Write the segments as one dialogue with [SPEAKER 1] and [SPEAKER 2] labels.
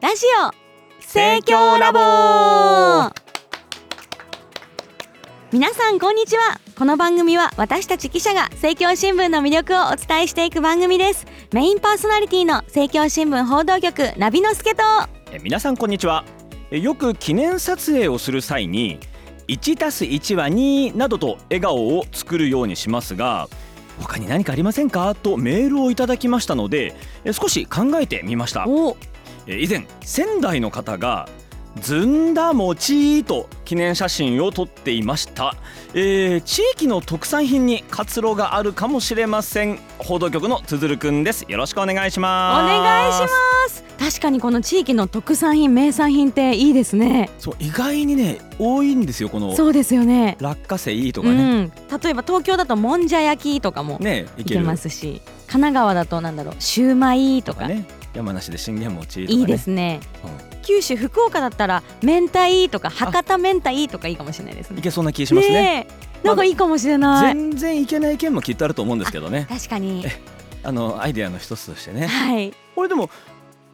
[SPEAKER 1] ラジオ盛況ラボ皆さんこんにちはこの番組は私たち記者が盛況新聞の魅力をお伝えしていく番組ですメインパーソナリティの盛況新聞報道局ナビの助と
[SPEAKER 2] え皆さんこんにちはえよく記念撮影をする際に1たす1は2などと笑顔を作るようにしますが他に何かありませんかとメールをいただきましたのでえ少し考えてみました
[SPEAKER 1] お
[SPEAKER 2] え以前仙台の方がずんだ餅と記念写真を撮っていました、えー地域の特産品に活路があるかもしれません報道局のつづるくんですよろしくお願いし
[SPEAKER 1] お
[SPEAKER 2] ます
[SPEAKER 1] 願いします確かにこの地域の特産品名産品っていいですね
[SPEAKER 2] そう意外にね多いんですよこの
[SPEAKER 1] そうですよね
[SPEAKER 2] 落花生と
[SPEAKER 1] う
[SPEAKER 2] かね、
[SPEAKER 1] ん、例えば東京だともんじゃ焼きとかも
[SPEAKER 2] ねい
[SPEAKER 1] いけ
[SPEAKER 2] ける
[SPEAKER 1] ますし神奈川だとなんだろうシューマイと
[SPEAKER 2] と
[SPEAKER 1] か
[SPEAKER 2] かね山梨で信玄餅とかね
[SPEAKER 1] いいですね、
[SPEAKER 2] うん
[SPEAKER 1] 九州福岡だったら明太とか博多明太とかいいかもしれないですね
[SPEAKER 2] いけそうな気しますね
[SPEAKER 1] ねえなんかいいかもしれない、
[SPEAKER 2] 全然いけない県もきっとあると思うんですけどね
[SPEAKER 1] 確かに
[SPEAKER 2] あのアイデアの一つとしてね
[SPEAKER 1] はい
[SPEAKER 2] これでも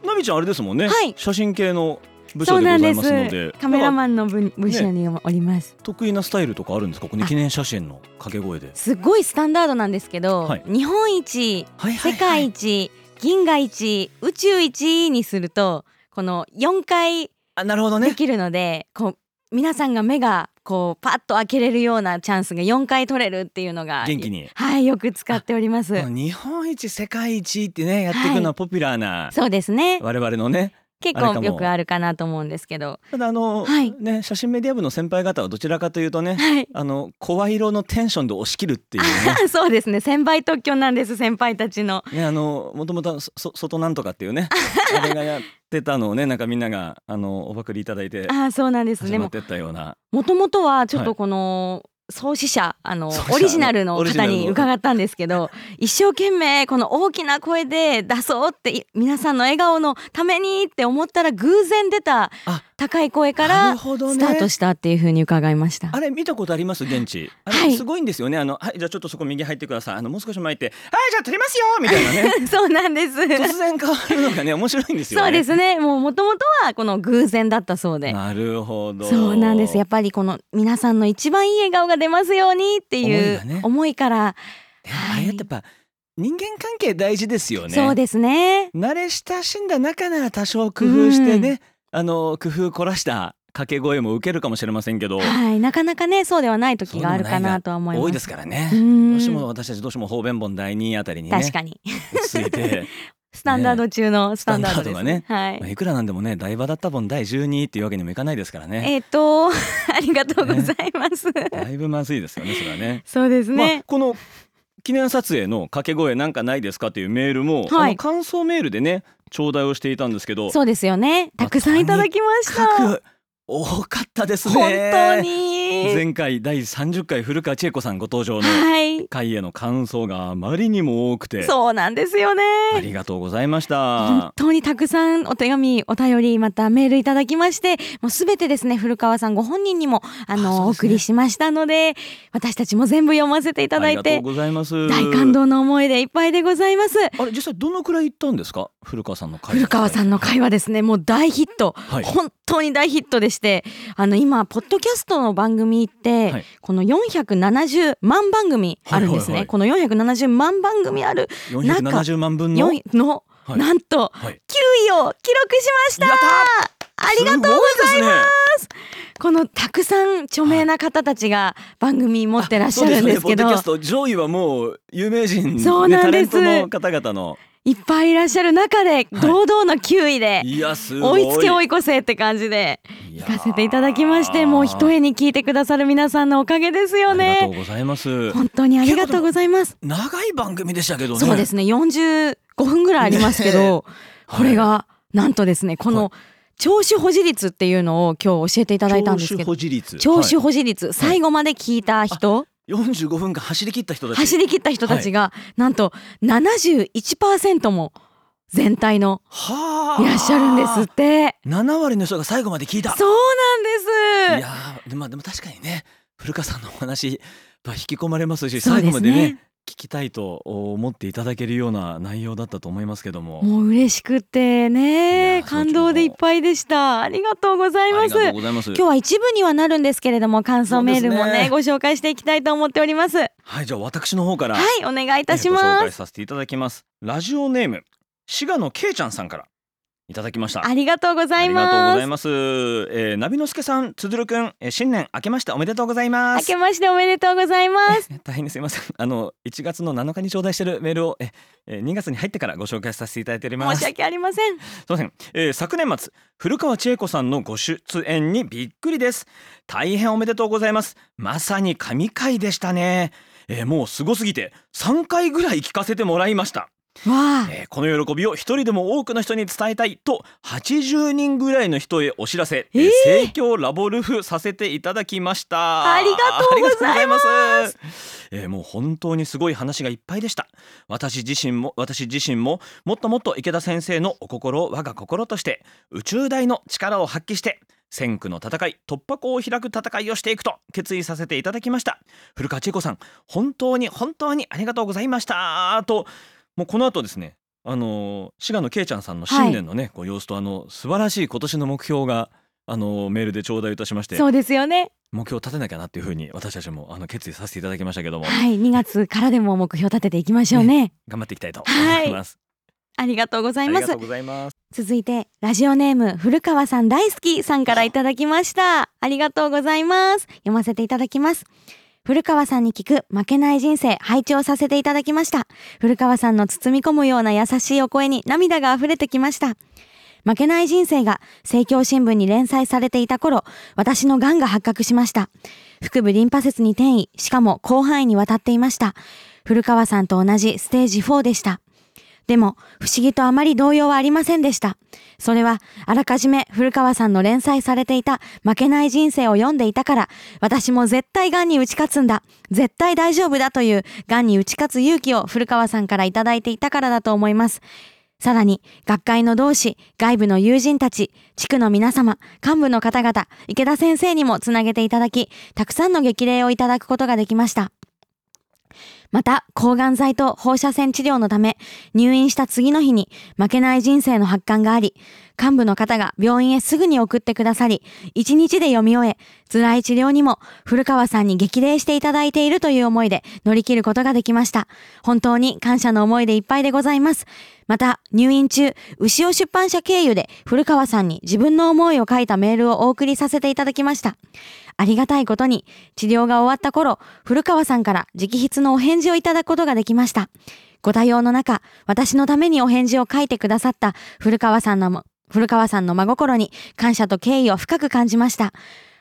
[SPEAKER 2] ナビちゃんあれですもんね、
[SPEAKER 1] はい
[SPEAKER 2] 写真系の部
[SPEAKER 1] そ
[SPEAKER 2] 署
[SPEAKER 1] う
[SPEAKER 2] で
[SPEAKER 1] な
[SPEAKER 2] ご
[SPEAKER 1] ん
[SPEAKER 2] ざい
[SPEAKER 1] で
[SPEAKER 2] ますのです
[SPEAKER 1] カメラ
[SPEAKER 2] ン
[SPEAKER 1] マンの部部署におります、
[SPEAKER 2] 得意なスタイルとかあるんですかこの
[SPEAKER 1] あ
[SPEAKER 2] 記念写真の掛け声です
[SPEAKER 1] ごいスタンダードなんですけど、
[SPEAKER 2] はい
[SPEAKER 1] 日本一
[SPEAKER 2] はいは
[SPEAKER 1] 世界一、銀河一宇宙一にするとこの4回
[SPEAKER 2] あなるほど
[SPEAKER 1] で
[SPEAKER 2] ね
[SPEAKER 1] きるので、こう皆さんが目がこうパッと開けれるようなチャンスが4回取れるっていうのが
[SPEAKER 2] 元気に
[SPEAKER 1] はいよく使っております
[SPEAKER 2] 日本一世界一ってねやっていくの
[SPEAKER 1] は
[SPEAKER 2] はポピュラーな
[SPEAKER 1] そうですね
[SPEAKER 2] 我々のね
[SPEAKER 1] 結
[SPEAKER 2] あれか
[SPEAKER 1] 構
[SPEAKER 2] も
[SPEAKER 1] よくあるかなと思うんですけ ど
[SPEAKER 2] ただあの、
[SPEAKER 1] はい
[SPEAKER 2] ね写真メディア部の先輩方はどちらかというとね
[SPEAKER 1] はい
[SPEAKER 2] あの声色のテンションで押し切るってい うね
[SPEAKER 1] そうですね先輩特許なんです先輩たちの
[SPEAKER 2] ねあのもともとそそ外なんとかっていうねあれがやってたのをねなんかみんながあのおパクりいただいて
[SPEAKER 1] ああそうなんです
[SPEAKER 2] 始
[SPEAKER 1] で
[SPEAKER 2] まっ
[SPEAKER 1] も
[SPEAKER 2] てったような
[SPEAKER 1] もともとはちょっ
[SPEAKER 2] は
[SPEAKER 1] と
[SPEAKER 2] い
[SPEAKER 1] この創始者あの
[SPEAKER 2] 創始者
[SPEAKER 1] オリジナルの
[SPEAKER 2] オリジナ
[SPEAKER 1] 方
[SPEAKER 2] ルの
[SPEAKER 1] に伺ったんですけ ど一生懸命この大きな声で出そうってい皆さんの笑顔のためにって思ったら偶然出た
[SPEAKER 2] あ
[SPEAKER 1] 高い声か
[SPEAKER 2] な
[SPEAKER 1] ら
[SPEAKER 2] るほど
[SPEAKER 1] ス
[SPEAKER 2] ね
[SPEAKER 1] タートしたっていう風に伺いました。
[SPEAKER 2] あれ見たことあります現地あれ、
[SPEAKER 1] はい
[SPEAKER 2] すごいんですよねあのはいじゃあちょっとそこ右入ってくださいあのもう少し前行ってはいじゃあ撮りますよみたいな ね
[SPEAKER 1] そうなんです。
[SPEAKER 2] 突然変わるのがね面白いんですよね
[SPEAKER 1] そうですね。もう元々はこの偶然だったそうで。
[SPEAKER 2] なるほど
[SPEAKER 1] そうなんですやっぱりこの皆さんの一番いい笑顔が出ますようにってい
[SPEAKER 2] 思いがね
[SPEAKER 1] う思いから
[SPEAKER 2] いやあれやっぱ人間関係大事ですよね
[SPEAKER 1] そうですね
[SPEAKER 2] 慣れ親しんだ中なら多少工夫してね、あの工夫凝らした掛け声も受けるかもしれませんけど、
[SPEAKER 1] はいなかなかねそうではない時があるかなとは思います
[SPEAKER 2] 多いですからね、
[SPEAKER 1] うん
[SPEAKER 2] どうしても私たちどうしても方便本第二あたりにね
[SPEAKER 1] 確かに
[SPEAKER 2] 落ち着 いて、
[SPEAKER 1] スタンダード中のスタンダードですね
[SPEAKER 2] ス
[SPEAKER 1] はい
[SPEAKER 2] まあ、いくらなんでもね台場だった本第12っていうわけにもいかないですからね、
[SPEAKER 1] えっ、と ありがとうございます、
[SPEAKER 2] だいぶまずいですよねそれはね
[SPEAKER 1] そうです
[SPEAKER 2] ま あ
[SPEAKER 1] ね、
[SPEAKER 2] この記念撮影の掛け声なんかないですかというメールも、
[SPEAKER 1] はい
[SPEAKER 2] あの感想メールでね頂戴をしていたんですけど
[SPEAKER 1] そうですよねたくさんいただきました、
[SPEAKER 2] 各多かったですね
[SPEAKER 1] 本当に
[SPEAKER 2] 前回第30回古川千恵子さんご登場の
[SPEAKER 1] はい
[SPEAKER 2] 回への感想があまりにも多くて
[SPEAKER 1] そうなんですよね
[SPEAKER 2] ありがとうございまし
[SPEAKER 1] 本
[SPEAKER 2] た。
[SPEAKER 1] 当にたくさんお手紙お便りまたメールいただきましてもうすべてですね古川さんご本人にもあの
[SPEAKER 2] あそう
[SPEAKER 1] お
[SPEAKER 2] ですね
[SPEAKER 1] 送りしましたので私たちも全部読ませていただ
[SPEAKER 2] あり
[SPEAKER 1] い
[SPEAKER 2] がと
[SPEAKER 1] て
[SPEAKER 2] うございます。
[SPEAKER 1] 大感。動の思いでいっぱいでございます
[SPEAKER 2] あれ実際どのくらい行ったんですか古川さんの会
[SPEAKER 1] 古川さんの会話ですねもう大ヒット、
[SPEAKER 2] はい
[SPEAKER 1] 本当に大ヒットでしてあの今ポッドキャストの番組って、
[SPEAKER 2] はい
[SPEAKER 1] この470万番組あるんですね、
[SPEAKER 2] はいはいはい
[SPEAKER 1] この470万番組ある
[SPEAKER 2] 470万分の
[SPEAKER 1] 4の、
[SPEAKER 2] はい
[SPEAKER 1] なんと
[SPEAKER 2] はい
[SPEAKER 1] 9位を記録しました
[SPEAKER 2] やった
[SPEAKER 1] ありがとうございます
[SPEAKER 2] すごいですね
[SPEAKER 1] このたくさん著名な方たちが番組持ってらっしゃるんですけど、
[SPEAKER 2] そうですねポッドキャスト上位はもう有名人
[SPEAKER 1] そうなんです
[SPEAKER 2] タレントの方々の
[SPEAKER 1] いっぱいいらっしゃる中で堂々の9位で
[SPEAKER 2] いやすご
[SPEAKER 1] 追
[SPEAKER 2] い
[SPEAKER 1] いつけ追い越せって感じで
[SPEAKER 2] いや
[SPEAKER 1] 行かせていただきましてもう一重に聞いてくださる皆さんのおかげですよ
[SPEAKER 2] ありが
[SPEAKER 1] ね
[SPEAKER 2] とうございます
[SPEAKER 1] 本当にありがとうございます
[SPEAKER 2] 長い番組でしたけどね
[SPEAKER 1] そうですね45分ぐらいありますけど、
[SPEAKER 2] はい
[SPEAKER 1] これがなんとですねこ
[SPEAKER 2] は
[SPEAKER 1] の聴取保持率っていうのを今日教えていただいたんですけ
[SPEAKER 2] 聴取
[SPEAKER 1] ど
[SPEAKER 2] 保持率
[SPEAKER 1] 聴取
[SPEAKER 2] は
[SPEAKER 1] 保持率、最後まで聞いた人、
[SPEAKER 2] い、45分間走り切った人たち
[SPEAKER 1] 走り切った人たちが、なんと71%も全体の
[SPEAKER 2] はい
[SPEAKER 1] らっしゃるんですって
[SPEAKER 2] 7割の人が最後まで聞いた
[SPEAKER 1] そうなん
[SPEAKER 2] い
[SPEAKER 1] で
[SPEAKER 2] やーで,、まあ、でも確かにね古川さんのお話は引き込まれますし
[SPEAKER 1] そう
[SPEAKER 2] 最
[SPEAKER 1] で
[SPEAKER 2] 後
[SPEAKER 1] すね
[SPEAKER 2] までね聞きたいと思っていただけるような内容だったと思いますけども、
[SPEAKER 1] もう嬉しくて
[SPEAKER 2] い
[SPEAKER 1] ね
[SPEAKER 2] や
[SPEAKER 1] 感動でいっぱいでしたありがとうござい
[SPEAKER 2] あ
[SPEAKER 1] ま
[SPEAKER 2] り
[SPEAKER 1] す
[SPEAKER 2] がとうございます
[SPEAKER 1] 今日は一部にはなるんですけれども感想メールも
[SPEAKER 2] そう
[SPEAKER 1] ね
[SPEAKER 2] ですね
[SPEAKER 1] ご紹介していきたいと思っておりますはい
[SPEAKER 2] はいじゃあ私の方から
[SPEAKER 1] お願いいたし
[SPEAKER 2] えーご紹
[SPEAKER 1] ま
[SPEAKER 2] 介
[SPEAKER 1] す
[SPEAKER 2] させていただきますラジオネーム滋賀のけいちゃんさんからいただきました
[SPEAKER 1] ありがとうござい
[SPEAKER 2] ありがとうご
[SPEAKER 1] ま
[SPEAKER 2] ざい
[SPEAKER 1] す
[SPEAKER 2] ます、えー、ナビのすけさんつづるくん、えー、新年明けましておめでとうございま
[SPEAKER 1] 明
[SPEAKER 2] す
[SPEAKER 1] けましておめでとうございます
[SPEAKER 2] 大変にすいません あの1月の7日に頂戴してるメールをええー2月に入ってからご紹介させていただいておりま
[SPEAKER 1] 申
[SPEAKER 2] す
[SPEAKER 1] し訳ありません
[SPEAKER 2] すいません、えー昨年末古川千恵子さんのご出演にびっくりです大変おめでとうございますまさに神回でしたね、えーもうすごすぎて3回ぐらい聞かせてもらいました、
[SPEAKER 1] わあ
[SPEAKER 2] えーこの喜びを一人でも多くの人に伝えたいと80人ぐらいの人へお知らせ、えー
[SPEAKER 1] えー
[SPEAKER 2] 盛況ラボルフさせていただきました
[SPEAKER 1] ありがとうございます
[SPEAKER 2] ありがとうございますえーもう本当にすごい話がいっぱいでした私自身も私自身ももっともっと池田先生のお心を我が心として宇宙大の力を発揮して戦区の戦い突破口を開く戦いをしていくと決意させていただきました古川千恵子さん本当に本当にありがとうございましたともうこの後ですねあのー滋賀のけいちゃんさんの新年のね、こう様子とあの素晴らしい今年の目標があのーメールで頂戴いたしまして
[SPEAKER 1] そうですよね
[SPEAKER 2] 目標を立てなきゃなっていうふうに私たちもあの決意させていただきましたけども、
[SPEAKER 1] はい2月からでも目標立てていきましょうね
[SPEAKER 2] 頑張っていきたいと
[SPEAKER 1] は
[SPEAKER 2] 思
[SPEAKER 1] い
[SPEAKER 2] います。
[SPEAKER 1] ありがとうござい
[SPEAKER 2] あ
[SPEAKER 1] ま
[SPEAKER 2] りが
[SPEAKER 1] す
[SPEAKER 2] とうございます。
[SPEAKER 1] 続いてラジオネーム古川さん大好きさんからいただきましたありがとうございます読ませていただきます古川さんに聞く負けない人生拝聴させていただきました古川さんの包み込むような優しいお声に涙が溢れてきました負けない人生が政教新聞に連載されていた頃私の癌が発覚しました腹部リンパ節に転移しかも広範囲にわたっていました古川さんと同じステージ4でしたでも、不思議とあまり動揺はありませんでした。それは、あらかじめ古川さんの連載されていた負けない人生を読んでいたから、私も絶対癌に打ち勝つんだ。絶対大丈夫だという、癌に打ち勝つ勇気を古川さんからいただいていたからだと思います。さらに、学会の同志、外部の友人たち、地区の皆様、幹部の方々、池田先生にもつなげていただき、たくさんの激励をいただくことができました。また、抗がん剤と放射線治療のため、入院した次の日に負けない人生の発刊があり、幹部の方が病院へすぐに送ってくださり、一日で読み終え、辛い治療にも古川さんに激励していただいているという思いで乗り切ることができました。本当に感謝の思いでいっぱいでございます。また、入院中、牛尾出版社経由で古川さんに自分の思いを書いたメールをお送りさせていただきました。ありがたいことに、治療が終わった頃、古川さんから直筆のお返事をいただくことができました。ご対応の中、私のためにお返事を書いてくださった古川さんのも、古川さんの真心に感謝と敬意を深く感じました。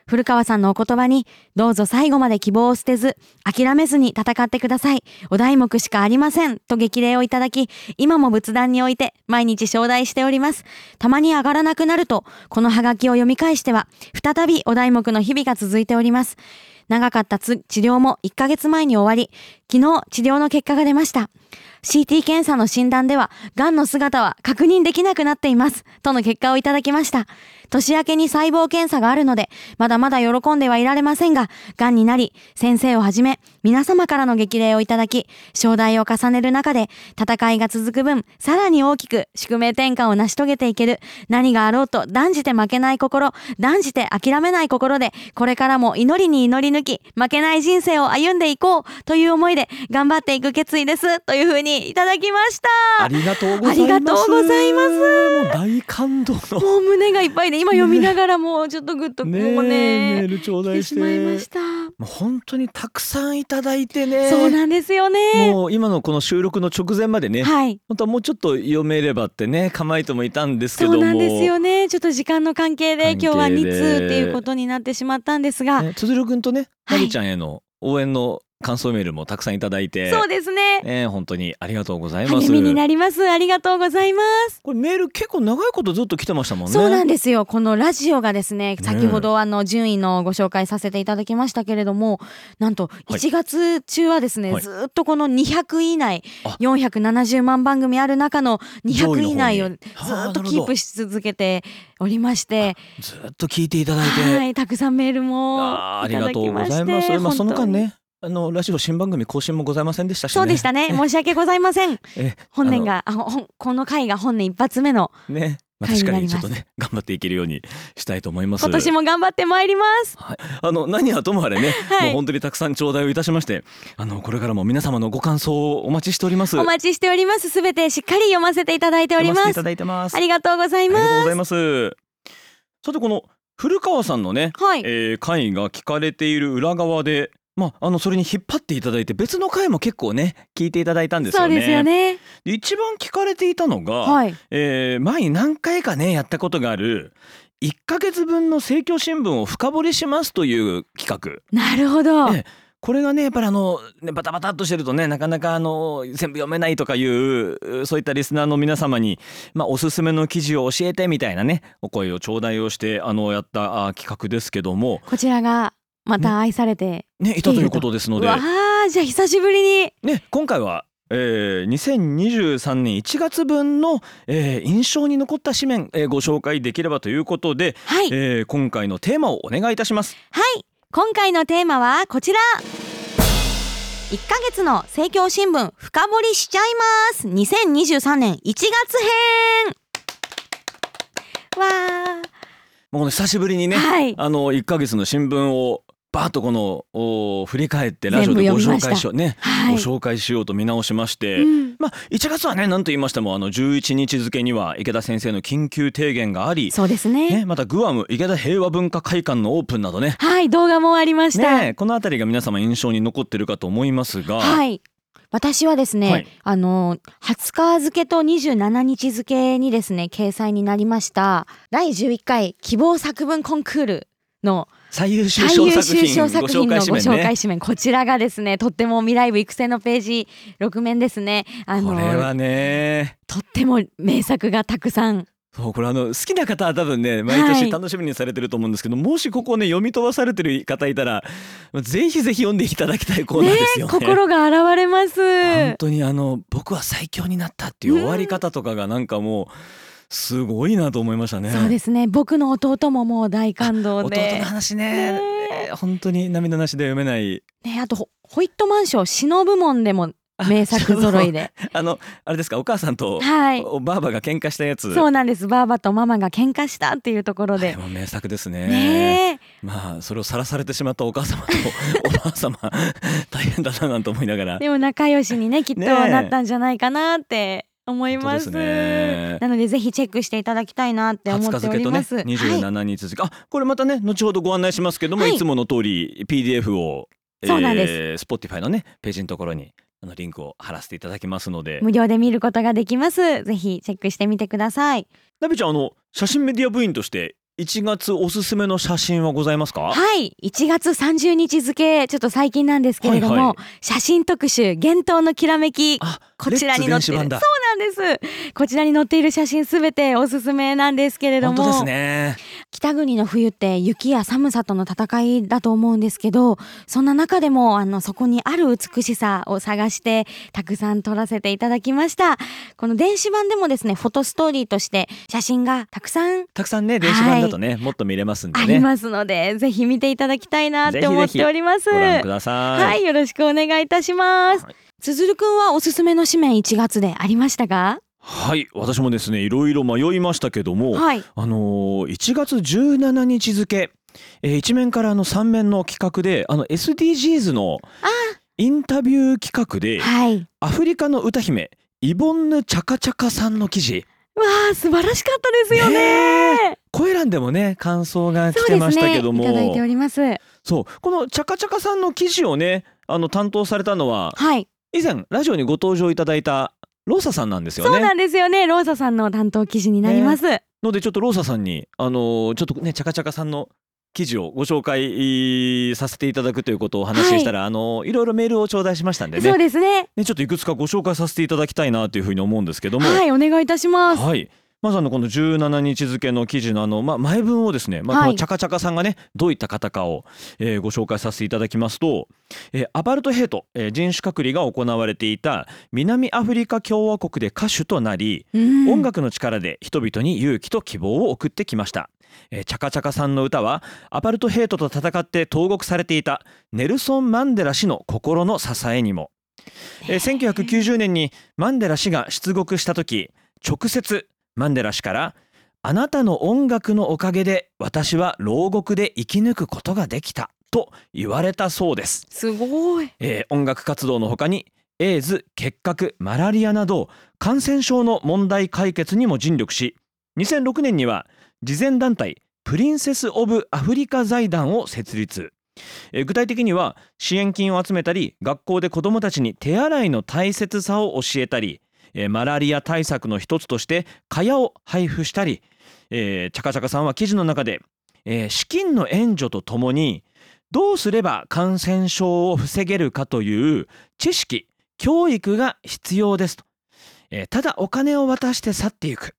[SPEAKER 1] 古川さんのお言葉に、どうぞ最後まで希望を捨てず、諦めずに戦ってください。お題目しかありません。と激励をいただき、今も仏壇に置いて、毎日招待しております。たまに上がらなくなると、このハガキを読み返しては、再びお題目の日々が続いております。長かったつ治療も1ヶ月前に終わり、昨日治療の結果が出ました。CT 検査の診断では、癌の姿は確認できなくなっています。との結果をいただきました。年明けに細胞検査があるので、まだまだ喜んではいられませんが、癌になり、先生をはじめ、皆様からの激励をいただき、招待を重ねる中で、戦いが続く分、さらに大きく宿命転換を成し遂げていける、何があろうと断じて負けない心、断じて諦めない心で、これからも祈りに祈り抜き、負けない人生を歩んでいこうという思いで頑張っていく決意ですというふうにいただきま した。
[SPEAKER 2] ありがとうございます。
[SPEAKER 1] ありがとうございます
[SPEAKER 2] もう大感動の。
[SPEAKER 1] もう胸がいっぱいで今読みながらもうちょっとグッと
[SPEAKER 2] ね
[SPEAKER 1] もう
[SPEAKER 2] えメ
[SPEAKER 1] ね
[SPEAKER 2] ール頂
[SPEAKER 1] 来
[SPEAKER 2] 戴
[SPEAKER 1] て
[SPEAKER 2] し
[SPEAKER 1] しまいま
[SPEAKER 2] て
[SPEAKER 1] した。
[SPEAKER 2] もう本当にたくさんいただいてね
[SPEAKER 1] そうなんですよね。
[SPEAKER 2] もう今のこの収録の直前までね、
[SPEAKER 1] はい。
[SPEAKER 2] 本当はもうちょっと読めればってね構えてもいたんですけ
[SPEAKER 1] そ
[SPEAKER 2] ども
[SPEAKER 1] うなんですよね。ちょっと時間の関係で
[SPEAKER 2] 関係
[SPEAKER 1] 今
[SPEAKER 2] で
[SPEAKER 1] 日は2通っていうことになってしまったんですが、
[SPEAKER 2] ねつづるくんとね
[SPEAKER 1] は
[SPEAKER 2] ないびちゃんへの応援の感想メールもたくさんいただいて
[SPEAKER 1] そうですね。
[SPEAKER 2] ね本当にありがとうございます
[SPEAKER 1] 励みになります。ありがとうございます。
[SPEAKER 2] これメール結構長いことずっと来てましたもんね
[SPEAKER 1] そうなん
[SPEAKER 2] で
[SPEAKER 1] ですよこのラジオがですね
[SPEAKER 2] え
[SPEAKER 1] 先ほどあの順位のご紹介させていただきましたけれどもなんと
[SPEAKER 2] い
[SPEAKER 1] 1月中はですね、
[SPEAKER 2] はい
[SPEAKER 1] ずーっとこの200以内
[SPEAKER 2] あ
[SPEAKER 1] 470万番組ある中の200以内を
[SPEAKER 2] 上
[SPEAKER 1] ず
[SPEAKER 2] 位
[SPEAKER 1] ー
[SPEAKER 2] の方に
[SPEAKER 1] っ
[SPEAKER 2] あーなる
[SPEAKER 1] と
[SPEAKER 2] ほど
[SPEAKER 1] キープし続けておりまして
[SPEAKER 2] ずっと聞いていただいて
[SPEAKER 1] はいたくさんメールも
[SPEAKER 2] あーあ
[SPEAKER 1] い
[SPEAKER 2] り
[SPEAKER 1] ただ
[SPEAKER 2] がと
[SPEAKER 1] き
[SPEAKER 2] う
[SPEAKER 1] ま
[SPEAKER 2] ご
[SPEAKER 1] して
[SPEAKER 2] ざいます。まあその間ね、あのラジオ新番組更新もございませんでしたし、ね、
[SPEAKER 1] そうでしたね。申し訳ございませ ん。
[SPEAKER 2] え
[SPEAKER 1] 本年が、あほんこの回が本年一発目の、
[SPEAKER 2] あのね、まあ、
[SPEAKER 1] 回に
[SPEAKER 2] 確
[SPEAKER 1] な
[SPEAKER 2] か
[SPEAKER 1] り
[SPEAKER 2] に
[SPEAKER 1] ます
[SPEAKER 2] ちょっとね頑張っていけるようにしたいと思います
[SPEAKER 1] 今年も頑張ってまいります。
[SPEAKER 2] あの何はともあれね、
[SPEAKER 1] はい
[SPEAKER 2] もう本当にたくさん頂戴をいたしましてあのこれからも皆様のご感想をお待ちしております
[SPEAKER 1] お待ちしております。すべてしっかり読ませていただいており
[SPEAKER 2] 読
[SPEAKER 1] ま
[SPEAKER 2] ませてい
[SPEAKER 1] す
[SPEAKER 2] た。だいてます
[SPEAKER 1] ありがとうござい
[SPEAKER 2] ありがとう
[SPEAKER 1] ま
[SPEAKER 2] ございますさてこの古川さんのね、
[SPEAKER 1] す。はい。
[SPEAKER 2] えー、回が聞かれている裏側でまああのそれに引っ張っていただいて別の回も結構ね聞いていただいたんです
[SPEAKER 1] そう
[SPEAKER 2] よね
[SPEAKER 1] ですよね。
[SPEAKER 2] で一番聞かれていたのが、
[SPEAKER 1] はい。
[SPEAKER 2] えー前に何回かねやったことがある1ヶ月分の政教新聞を深掘りしますという企画
[SPEAKER 1] なるほど。
[SPEAKER 2] ねこれがねやっぱりあの、ね、バタバタっとしてるとねなかなかあの全部読めないとかいうそういったリスナーの皆様に、まあ、おすすめの記事を教えてみたいなねお声を頂戴をしてあのやったあ企画ですけども
[SPEAKER 1] こちらがまた愛されて。
[SPEAKER 2] ねいたということですの
[SPEAKER 1] う
[SPEAKER 2] で
[SPEAKER 1] わ、あ、じゃあ久しぶりに。
[SPEAKER 2] ね、今回は、えー、2023年1月分の、えー印象に残った紙面、えーご紹介できればということで、
[SPEAKER 1] はい。
[SPEAKER 2] えー今回のテーマをお願いいたします。
[SPEAKER 1] はい今回のテーマはこちら1ヶ月の政教新聞深掘りしちゃいます2023年1月編わ
[SPEAKER 2] もうこの久しぶりに
[SPEAKER 1] ー、
[SPEAKER 2] ね、
[SPEAKER 1] はい
[SPEAKER 2] あの1ヶ月の新聞をバーッとこのお振り返ってラジオで
[SPEAKER 1] 全
[SPEAKER 2] ご
[SPEAKER 1] 部読みま
[SPEAKER 2] 紹
[SPEAKER 1] した
[SPEAKER 2] 介しようね、
[SPEAKER 1] はい
[SPEAKER 2] ご紹介しようと見直しまして、
[SPEAKER 1] うん
[SPEAKER 2] まあ1月はね何と言いましてもあの11日付には池田先生の緊急提言があり、
[SPEAKER 1] そうですね
[SPEAKER 2] ね、またグアム池田平和文化会館のオープンなどね
[SPEAKER 1] はい動画もありました、
[SPEAKER 2] ねえこの辺りが皆様印象に残ってるかと思いますが、
[SPEAKER 1] はい私はですね、
[SPEAKER 2] はい
[SPEAKER 1] あの20日付と27日付にですね掲載になりました第11回希望作文コンクールの
[SPEAKER 2] 最優秀
[SPEAKER 1] 最
[SPEAKER 2] 賞
[SPEAKER 1] 優
[SPEAKER 2] 作
[SPEAKER 1] 秀
[SPEAKER 2] 品
[SPEAKER 1] 賞
[SPEAKER 2] ご
[SPEAKER 1] 作
[SPEAKER 2] 紹
[SPEAKER 1] 品のご
[SPEAKER 2] 介紙
[SPEAKER 1] 紹
[SPEAKER 2] 面ね
[SPEAKER 1] 介紙面こちらがですねとっても未来部育成のページ6面ですねあ
[SPEAKER 2] これ
[SPEAKER 1] の
[SPEAKER 2] はね
[SPEAKER 1] とっても名作がたくさん
[SPEAKER 2] そうこれあの好きな方は多分ね毎
[SPEAKER 1] は
[SPEAKER 2] 年
[SPEAKER 1] い
[SPEAKER 2] 楽しみにされてると思うんですけど、もしここをね読み飛ばされてる方いたらぜひぜひ読んでいただきたいコーナーですよね。
[SPEAKER 1] 心が洗われます
[SPEAKER 2] 本当にあの僕は最強になったっていう終わり方とかがなんかもうすごいなと思いましたね。
[SPEAKER 1] そうですね僕の弟ももう大感動
[SPEAKER 2] 弟
[SPEAKER 1] で
[SPEAKER 2] の話ね
[SPEAKER 1] ね
[SPEAKER 2] えー本当に涙なしで読めない
[SPEAKER 1] ねあとホホイットマンション詩の部門でも名作揃いで
[SPEAKER 2] あのあれですかお母さんと
[SPEAKER 1] はい
[SPEAKER 2] おばあばが喧嘩したやつ
[SPEAKER 1] そうなんですばあばとママが喧嘩したっていうところ
[SPEAKER 2] あれ
[SPEAKER 1] で
[SPEAKER 2] も名作ですね
[SPEAKER 1] ねえ
[SPEAKER 2] まあそれをさらされてしまったお母様とおばあ様 大変だななんて思いながら
[SPEAKER 1] でも仲良しにねきっと
[SPEAKER 2] ねえ
[SPEAKER 1] なったんじゃないかなって思います
[SPEAKER 2] 本当ですね
[SPEAKER 1] なのでぜひチェックしていただきたいなって思
[SPEAKER 2] 20日
[SPEAKER 1] ってお
[SPEAKER 2] 付
[SPEAKER 1] り
[SPEAKER 2] と
[SPEAKER 1] ま
[SPEAKER 2] ね
[SPEAKER 1] す、はい、
[SPEAKER 2] 27日付、あこれまたね後ほどご案内しますけども、
[SPEAKER 1] はい
[SPEAKER 2] い、つもの通り PDF を
[SPEAKER 1] そうなん
[SPEAKER 2] えー Spotify のねページのところにあのリンクを貼らせていただきますので
[SPEAKER 1] 無料で見ることができますぜひチェックしてみてください
[SPEAKER 2] なべちゃんあの写真メディア部員として1月おすすめの写真はございますか、
[SPEAKER 1] はい1月30日付ちょっと最近なんですけれども、
[SPEAKER 2] はいはい
[SPEAKER 1] 写真特集幻冬のきらめき
[SPEAKER 2] あ
[SPEAKER 1] こちらに載ってる
[SPEAKER 2] レッツ電子版だ
[SPEAKER 1] そうなんですこちらに載っている写真すべておすすめなんですけれど
[SPEAKER 2] 本当
[SPEAKER 1] も
[SPEAKER 2] ですね
[SPEAKER 1] 北国の冬って雪や寒さとの戦いだと思うんですけどそんな中でもあのそこにある美しさを探してたくさん撮らせていただきましたこの電子版でもですねフォトストーリーとして写真がたくさん
[SPEAKER 2] たくさんね電子版だとね、もっと見れますんで
[SPEAKER 1] あり
[SPEAKER 2] ね
[SPEAKER 1] ますので、ぜひ見ていただきたいなっ
[SPEAKER 2] ぜ
[SPEAKER 1] て
[SPEAKER 2] ひぜひ
[SPEAKER 1] 思っております
[SPEAKER 2] ご覧ください、
[SPEAKER 1] はいよろしくお願いいたします、
[SPEAKER 2] はい
[SPEAKER 1] つづるくんはおすすめの紙面1月でありましたか
[SPEAKER 2] はい私もですねいろいろ迷いましたけども、
[SPEAKER 1] はい
[SPEAKER 2] あのー1月17日付、えー、1面からあの3面の企画であの SDGs の
[SPEAKER 1] あ
[SPEAKER 2] インタビュー企画で
[SPEAKER 1] はい
[SPEAKER 2] アフリカの歌姫イボンヌ・チャカチャカさんの記事
[SPEAKER 1] わあ素晴らしかったですよね
[SPEAKER 2] ね声欄でもね感想が
[SPEAKER 1] そ
[SPEAKER 2] 来て
[SPEAKER 1] うで
[SPEAKER 2] ますした
[SPEAKER 1] ね
[SPEAKER 2] けども
[SPEAKER 1] いただいております
[SPEAKER 2] そうこのチャカチャカさんの記事をねあの担当されたのは
[SPEAKER 1] はい
[SPEAKER 2] 以前ラジオにご登場いただいたローサさんなんですよ
[SPEAKER 1] そう
[SPEAKER 2] ね
[SPEAKER 1] なんですよねローサさんの担当記事になります、
[SPEAKER 2] のでちょっとローサさんにあのーちょっとねチャカチャカさんの記事をご紹介えーさせていただくということをお話ししたら、い、あのーいろいろメールを頂戴しましたんで
[SPEAKER 1] そう
[SPEAKER 2] ね
[SPEAKER 1] ですね
[SPEAKER 2] ねちょっといくつかご紹介させていただきたいなというふうに思うんですけども
[SPEAKER 1] はいお願いいたします
[SPEAKER 2] はいまずあのこの17日付の記事のあの、まあ、前文をですね、まあ、
[SPEAKER 1] はい
[SPEAKER 2] このチャカチャカさんがねどういった方かを、えーご紹介させていただきますと、えーアパルトヘイト、えー人種隔離が行われていた南アフリカ共和国で歌手となり、
[SPEAKER 1] うん
[SPEAKER 2] 音楽の力で人々に勇気と希望を送ってきました、えーチャカチャカさんの歌はアパルトヘイトと戦って投獄されていたネルソン・マンデラ氏の心の支えにも、えー1990年にマンデラ氏が出獄した時直接マンデラ氏から「あなたの音楽のおかげで私は牢獄で生き抜くことができた」と言われたそうです。
[SPEAKER 1] すごい。
[SPEAKER 2] えー音楽活動のほかにエイズ結核マラリアなど感染症の問題解決にも尽力し2006年には慈善団体プリンセス・オブ・アフリカ財団を設立、えー具体的には支援金を集めたり学校で子どもたちに手洗いの大切さを教えたり、えーマラリア対策の一つとして蚊帳を配布したり、えーチャカチャカさんは記事の中で、えー資金の援助とともにどうすれば感染症を防げるかという知識教育が必要ですと、えーただお金を渡して去っていく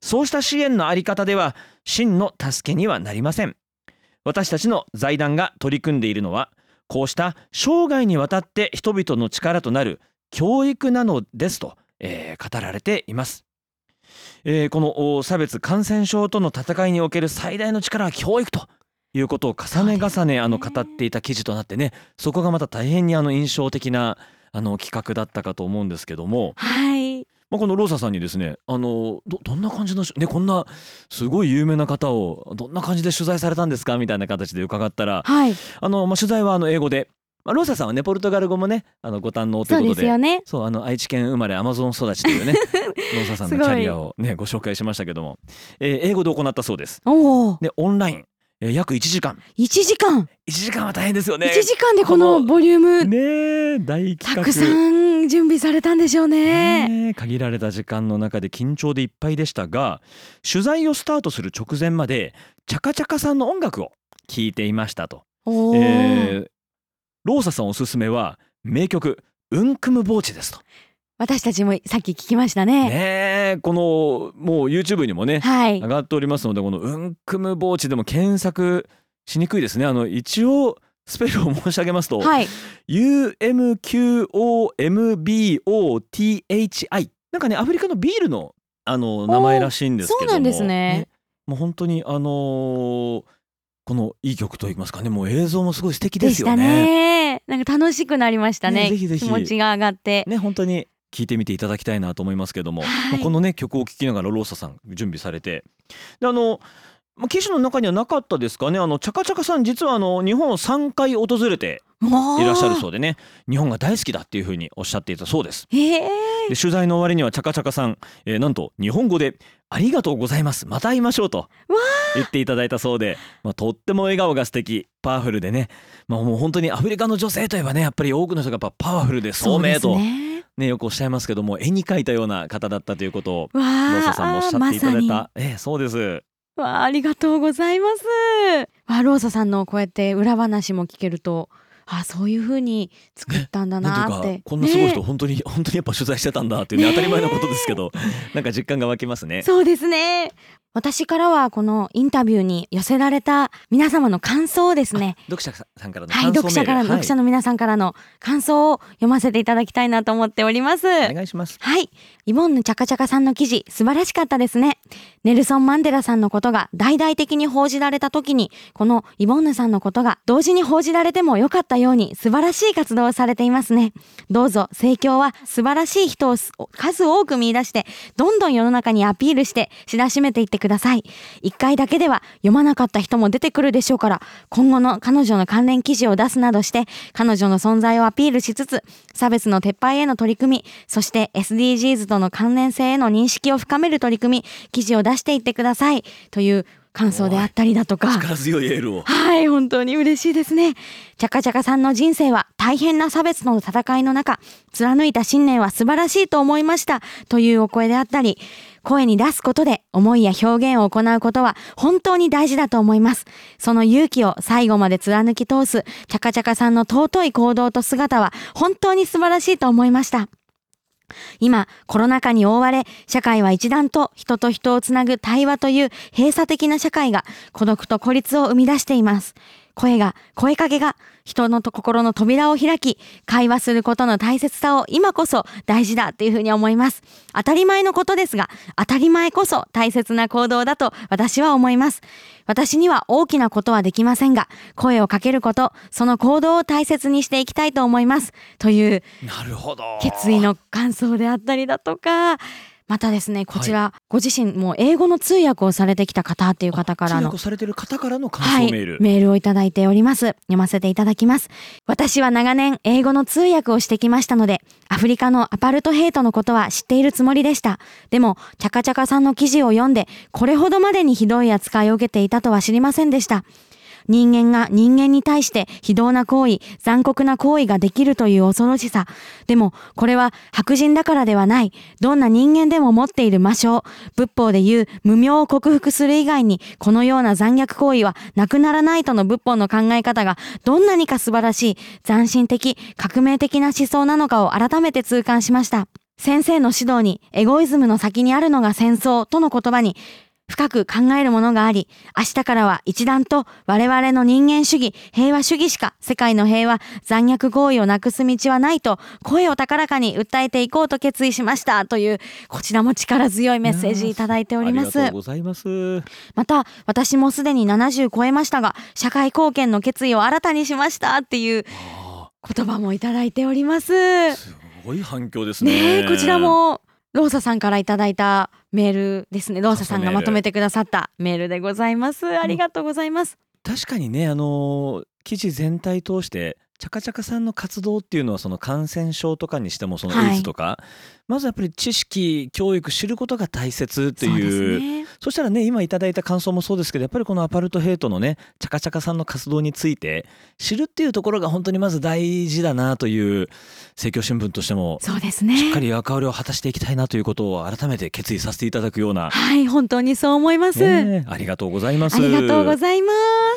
[SPEAKER 2] そうした支援のあり方では真の助けにはなりません私たちの財団が取り組んでいるのはこうした生涯にわたって人々の力となる教育なのですと、えー語られています、えーこのお差別感染症との戦いにおける最大の力は教育ということを重ね重ねあの語っていた記事となってねそこがまた大変にあの印象的なあの企画だったかと思うんですけども、
[SPEAKER 1] はい。
[SPEAKER 2] まあ、このローサさんにですねあのどどんな感じのし、ね、こんなすごい有名な方をどんな感じで取材されたんですかみたいな形で伺ったら
[SPEAKER 1] はい。
[SPEAKER 2] あの、まあ、取材はあの英語で、まあ、ローサさんはねポルトガル語もねあのご堪能とい
[SPEAKER 1] そうで
[SPEAKER 2] うこと
[SPEAKER 1] す
[SPEAKER 2] で
[SPEAKER 1] よね。
[SPEAKER 2] そうあの愛知県生まれアマゾン育ち というねローサさんのキャリアを、ね、ご紹介しましたけども、えー英語で行ったそうです。
[SPEAKER 1] おお。
[SPEAKER 2] でオンライン、えー約1時間
[SPEAKER 1] 一時間。
[SPEAKER 2] 1時間は大変ですよね。
[SPEAKER 1] 一時間でこの
[SPEAKER 2] この
[SPEAKER 1] ボリュー ム。
[SPEAKER 2] ねえ大企
[SPEAKER 1] た
[SPEAKER 2] 画
[SPEAKER 1] くさん準備されたんでしょうね。
[SPEAKER 2] ねえ限られた時間の中で緊張でいっぱいでしたが取材をスタートする直前までチャカチャカさんの音楽を聴いていましたと、
[SPEAKER 1] おお、
[SPEAKER 2] えーローサさんおすすめは名曲「うんくむぼうち」ですと、
[SPEAKER 1] 私たちもさっき聞きましたね。
[SPEAKER 2] ねえこのもう YouTube にもね
[SPEAKER 1] はい
[SPEAKER 2] 上。がっておりますのでこの「うんくむぼうち」でも検索しにくいですねあの一応スペルを申し上げますと、
[SPEAKER 1] はい。
[SPEAKER 2] UMQOMBOTHI なんかねアフリカのビールのあの名前らしいんですけども
[SPEAKER 1] そうなんですね
[SPEAKER 2] もう本当にあのーこのいい曲といいますかねもう映像もすごい素敵で
[SPEAKER 1] ですし
[SPEAKER 2] よ
[SPEAKER 1] た
[SPEAKER 2] ね。
[SPEAKER 1] ね。なんか楽しくなりましたね。
[SPEAKER 2] ねぜひぜひ
[SPEAKER 1] 気持ちが上がって。
[SPEAKER 2] ね本当に聞いてみていただきたいなと思いますけども、
[SPEAKER 1] はい
[SPEAKER 2] まあこのね曲を聴きながらローサさん準備されてであの、まあ、記事の中にはなかったですかねあのチャカチャカさん実はあの日本を3回訪れて
[SPEAKER 1] もう
[SPEAKER 2] いらっしゃるそうでね日本が大好きだっていうふうにおっしゃっていたそうです。
[SPEAKER 1] ええ
[SPEAKER 2] で取材の終わりにはチャカチャカさん、えーなんと日本語で「ありがとうございますまた会いましょう」と言っていただいたそうで、まあ、とっても笑顔が素敵パワフルでね、まあ、もう本当にアフリカの女性といえばねやっぱり多くの人がやっぱパワフルで聡明
[SPEAKER 1] そう
[SPEAKER 2] と、
[SPEAKER 1] です
[SPEAKER 2] ね
[SPEAKER 1] ね。
[SPEAKER 2] よくおっしゃいますけども絵に描いたような方だったということを。
[SPEAKER 1] わ
[SPEAKER 2] ロー
[SPEAKER 1] ー
[SPEAKER 2] サさんもおっしゃっていただい
[SPEAKER 1] あーま
[SPEAKER 2] た、ええそうです
[SPEAKER 1] さにわあありがとうございます。わあローサさんのこうやって裏話も聞けると、あそういう風に作ったんだ
[SPEAKER 2] なん
[SPEAKER 1] な
[SPEAKER 2] てい
[SPEAKER 1] っ
[SPEAKER 2] う
[SPEAKER 1] て。
[SPEAKER 2] かこんなすごい人
[SPEAKER 1] ね
[SPEAKER 2] 本当に、本当にやっぱ取材してたんだっていうね
[SPEAKER 1] ね
[SPEAKER 2] 当たり前のことですけどなんか実感が湧きますね
[SPEAKER 1] そうですね。私からはこのインタビューに寄せられた皆様の感想をですね、
[SPEAKER 2] 読者さんからの
[SPEAKER 1] はい、
[SPEAKER 2] 感想メール
[SPEAKER 1] 読者からの、
[SPEAKER 2] はい
[SPEAKER 1] 読者の皆さんからの感想を読ませていただきたいなと思っております。
[SPEAKER 2] お願いします
[SPEAKER 1] はい。イボンヌチャカチャカさんの記事、素晴らしかったですね。ネルソン・マンデラさんのことが大々的に報じられた時に、このイボンヌさんのことが同時に報じられてもよかったように素晴らしい活動をされていますね。どうぞ、政教は素晴らしい人をす数多く見出して、どんどん世の中にアピールして、知らしめていってください。一回だけでは読まなかった人も出てくるでしょうから、今後の彼女の関連記事を出すなどして、彼女の存在をアピールしつつ、差別の撤廃への取り組み、そして SDGs との関連性への認識を深める取り組み、記事を出していってください。という感想であったりだとか。
[SPEAKER 2] 力強いエールを
[SPEAKER 1] はい、本当に嬉しいですね。チャカチャカさんの人生は大変な差別の戦いの中、貫いた信念は素晴らしいと思いましたというお声であったり、声に出すことで思いや表現を行うことは本当に大事だと思います。その勇気を最後まで貫き通すチャカチャカさんの尊い行動と姿は本当に素晴らしいと思いました。今、コロナ禍に覆われ、社会は一段と人と人をつなぐ対話という閉鎖的な社会が孤独と孤立を生み出しています。声が、声かけが人のと心の扉を開き、会話することの大切さを今こそ大事だというふうに思います。当たり前のことですが、当たり前こそ大切な行動だと私は思います。私には大きなことはできませんが、声をかけること、その行動を大切にしていきたいと思います。という
[SPEAKER 2] なるほど
[SPEAKER 1] 決意の感想であったりだとか、またですね、こちら、ご自身も英語の通訳をされてきた方っていう方からの
[SPEAKER 2] 通訳されてる方からの感
[SPEAKER 1] は
[SPEAKER 2] 想
[SPEAKER 1] い、
[SPEAKER 2] メール、
[SPEAKER 1] メールをいただいております。読ませていただきます。私は長年英語の通訳をしてきましたので、アフリカのアパルトヘイトのことは知っているつもりでした。でも、チャカチャカさんの記事を読んで、これほどまでにひどい扱いを受けていたとは知りませんでした。人間が人間に対して非道な行為、残酷な行為ができるという恐ろしさ。でも、これは白人だからではない。どんな人間でも持っている魔性。仏法でいう無名を克服する以外に、このような残虐行為はなくならないとの仏法の考え方が、どんなにか素晴らしい、斬新的、革命的な思想なのかを改めて痛感しました。先生の指導に、エゴイズムの先にあるのが戦争との言葉に、深く考えるものがあり、明日からは一段と我々の人間主義、平和主義しか世界の平和、残虐行為をなくす道はないと声を高らかに訴えていこうと決意しましたという、こちらも力強いメッセージいただいておりま
[SPEAKER 2] ありが
[SPEAKER 1] す
[SPEAKER 2] とう。ございます
[SPEAKER 1] また、私もすでに70超えましたが、社会貢献の決意を新たにしましたっていう
[SPEAKER 2] あ
[SPEAKER 1] 言葉もいただいております。
[SPEAKER 2] ーすごい反響です
[SPEAKER 1] ね
[SPEAKER 2] ね
[SPEAKER 1] えこちらもローサさんからいただいたメールですねローサさんがまとめてくださったメールでございますありがとうございます、
[SPEAKER 2] 確かにねあのー記事全体通してチャカチャカさんの活動っていうのはその感染症とかにしてもその
[SPEAKER 1] はい
[SPEAKER 2] エイズとか、まずやっぱり知識教育知ることが大切ってい
[SPEAKER 1] そ
[SPEAKER 2] うそう
[SPEAKER 1] ですね
[SPEAKER 2] したらね今いただいた感想もそうですけどやっぱりこのアパルトヘイトのねチャカチャカさんの活動について知るっていうところが本当にまず大事だなという政教新聞としても
[SPEAKER 1] そうですね
[SPEAKER 2] しっかり役割を果たしていきたいなということを改めて決意させていただくような、
[SPEAKER 1] はい本当にそう思います、
[SPEAKER 2] ねえありがとうございます。
[SPEAKER 1] ありがとうございま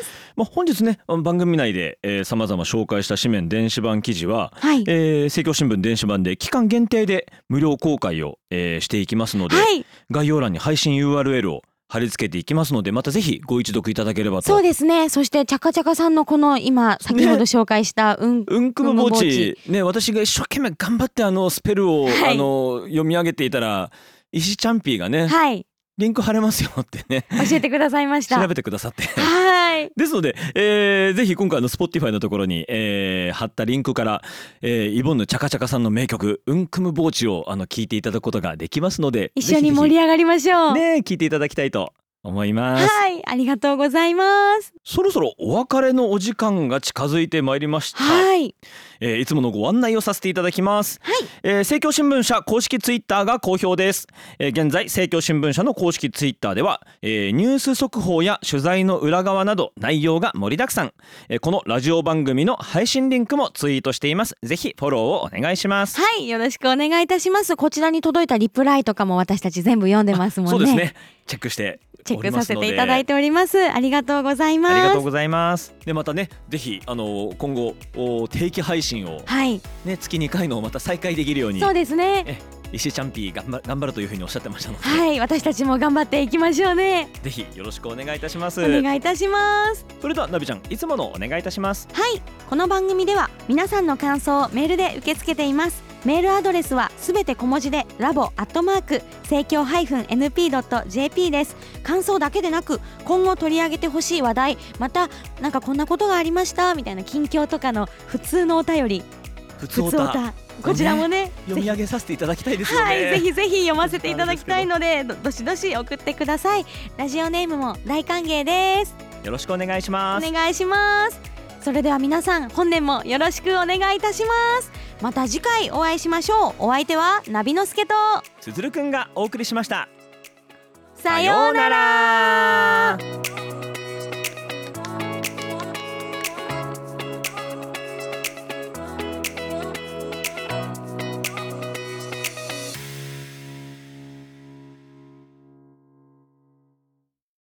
[SPEAKER 1] す
[SPEAKER 2] まあ、本日ねあの番組内でさまざま紹介した紙面電子版記事は、
[SPEAKER 1] はい
[SPEAKER 2] えー、政教新聞電子版で期間限定で無料公開を、えーしていきますので、
[SPEAKER 1] はい
[SPEAKER 2] 概要欄に配信 URL を貼り付けていきますのでまたぜひご一読いただければ
[SPEAKER 1] そう
[SPEAKER 2] と。
[SPEAKER 1] ですねそしてチャカチャカさんのこの今先ほど紹介したうん、
[SPEAKER 2] うんくむぼうち、ね、私が一生懸命頑張ってあのスペルを、
[SPEAKER 1] はい
[SPEAKER 2] あの読み上げていたら石ちゃんぴーがね、
[SPEAKER 1] はい
[SPEAKER 2] リンク貼れますよってね
[SPEAKER 1] 教えてくださいまし
[SPEAKER 2] 調
[SPEAKER 1] た
[SPEAKER 2] べてくださ って。
[SPEAKER 1] はい
[SPEAKER 2] ですので、えーぜひ今回の Spotify のところに、えー貼ったリンクから、えーイボンヌチャカチャカさんの名曲「うんくむぼうち」をあの聞いていただくことができますので
[SPEAKER 1] 一緒に盛り上がりましょう、
[SPEAKER 2] ぜひぜひね聞いていただきたいと思います、
[SPEAKER 1] はいありがとうございます
[SPEAKER 2] そろそろお別れのお時間が近づいてまいりました、
[SPEAKER 1] はい
[SPEAKER 2] えーいつものご案内をさせていただきます、
[SPEAKER 1] はい
[SPEAKER 2] えー政教新聞社公式ツイッターが好評です、えー現在政教新聞社の公式ツイッターでは、えーニュース速報や取材の裏側など内容が盛りだくさん、えーこのラジオ番組の配信リンクもツイートしていますぜひフォローをお願いします、
[SPEAKER 1] はい、よろしくお願いいたします。こちらに届いたリプライとかも私たち全部読んでますもんね。
[SPEAKER 2] そうですねチェックして
[SPEAKER 1] チェッ
[SPEAKER 2] おり
[SPEAKER 1] ク
[SPEAKER 2] ま
[SPEAKER 1] さ
[SPEAKER 2] す
[SPEAKER 1] せ
[SPEAKER 2] ので
[SPEAKER 1] ていただいております。ありがとうござい
[SPEAKER 2] ありが
[SPEAKER 1] ま
[SPEAKER 2] とう
[SPEAKER 1] す。
[SPEAKER 2] ございますでまたねぜひあの今後お定期配信を
[SPEAKER 1] はい、
[SPEAKER 2] ね月2回のをまた再開できるように
[SPEAKER 1] そうですね。
[SPEAKER 2] え石井ちゃんぴー頑張頑張るというふうにおっしゃってましたので、
[SPEAKER 1] はい、私たちも頑張っていきましょうね。
[SPEAKER 2] ぜひよろしくお願いいたします
[SPEAKER 1] お願いいたします。
[SPEAKER 2] それではナビちゃんいつものお願いいたします
[SPEAKER 1] はいこの番組では皆さんの感想をメールで受け付けていますメールアドレスはすべて小文字でラボアットマーク生協 -np.jp です感想だけでなく今後取り上げてほしい話題またなんかこんなことがありましたみたいな近況とかの普通のお便り
[SPEAKER 2] 普通
[SPEAKER 1] 普通
[SPEAKER 2] お
[SPEAKER 1] お
[SPEAKER 2] た
[SPEAKER 1] たこちらもね
[SPEAKER 2] 読み上げさせていただきたいですよね
[SPEAKER 1] はい、ぜひぜひ読ませていただきたいのでどどしどし送ってくださいラジオネームも大歓迎です
[SPEAKER 2] よろしくお願いし
[SPEAKER 1] お
[SPEAKER 2] ます
[SPEAKER 1] 願いしますそれでは皆さん本年もよろしくお願いいたしますまた次回お会いしましょうお相手はナビのすけと
[SPEAKER 2] つづるくんがお送りしました
[SPEAKER 1] さようなら
[SPEAKER 2] ら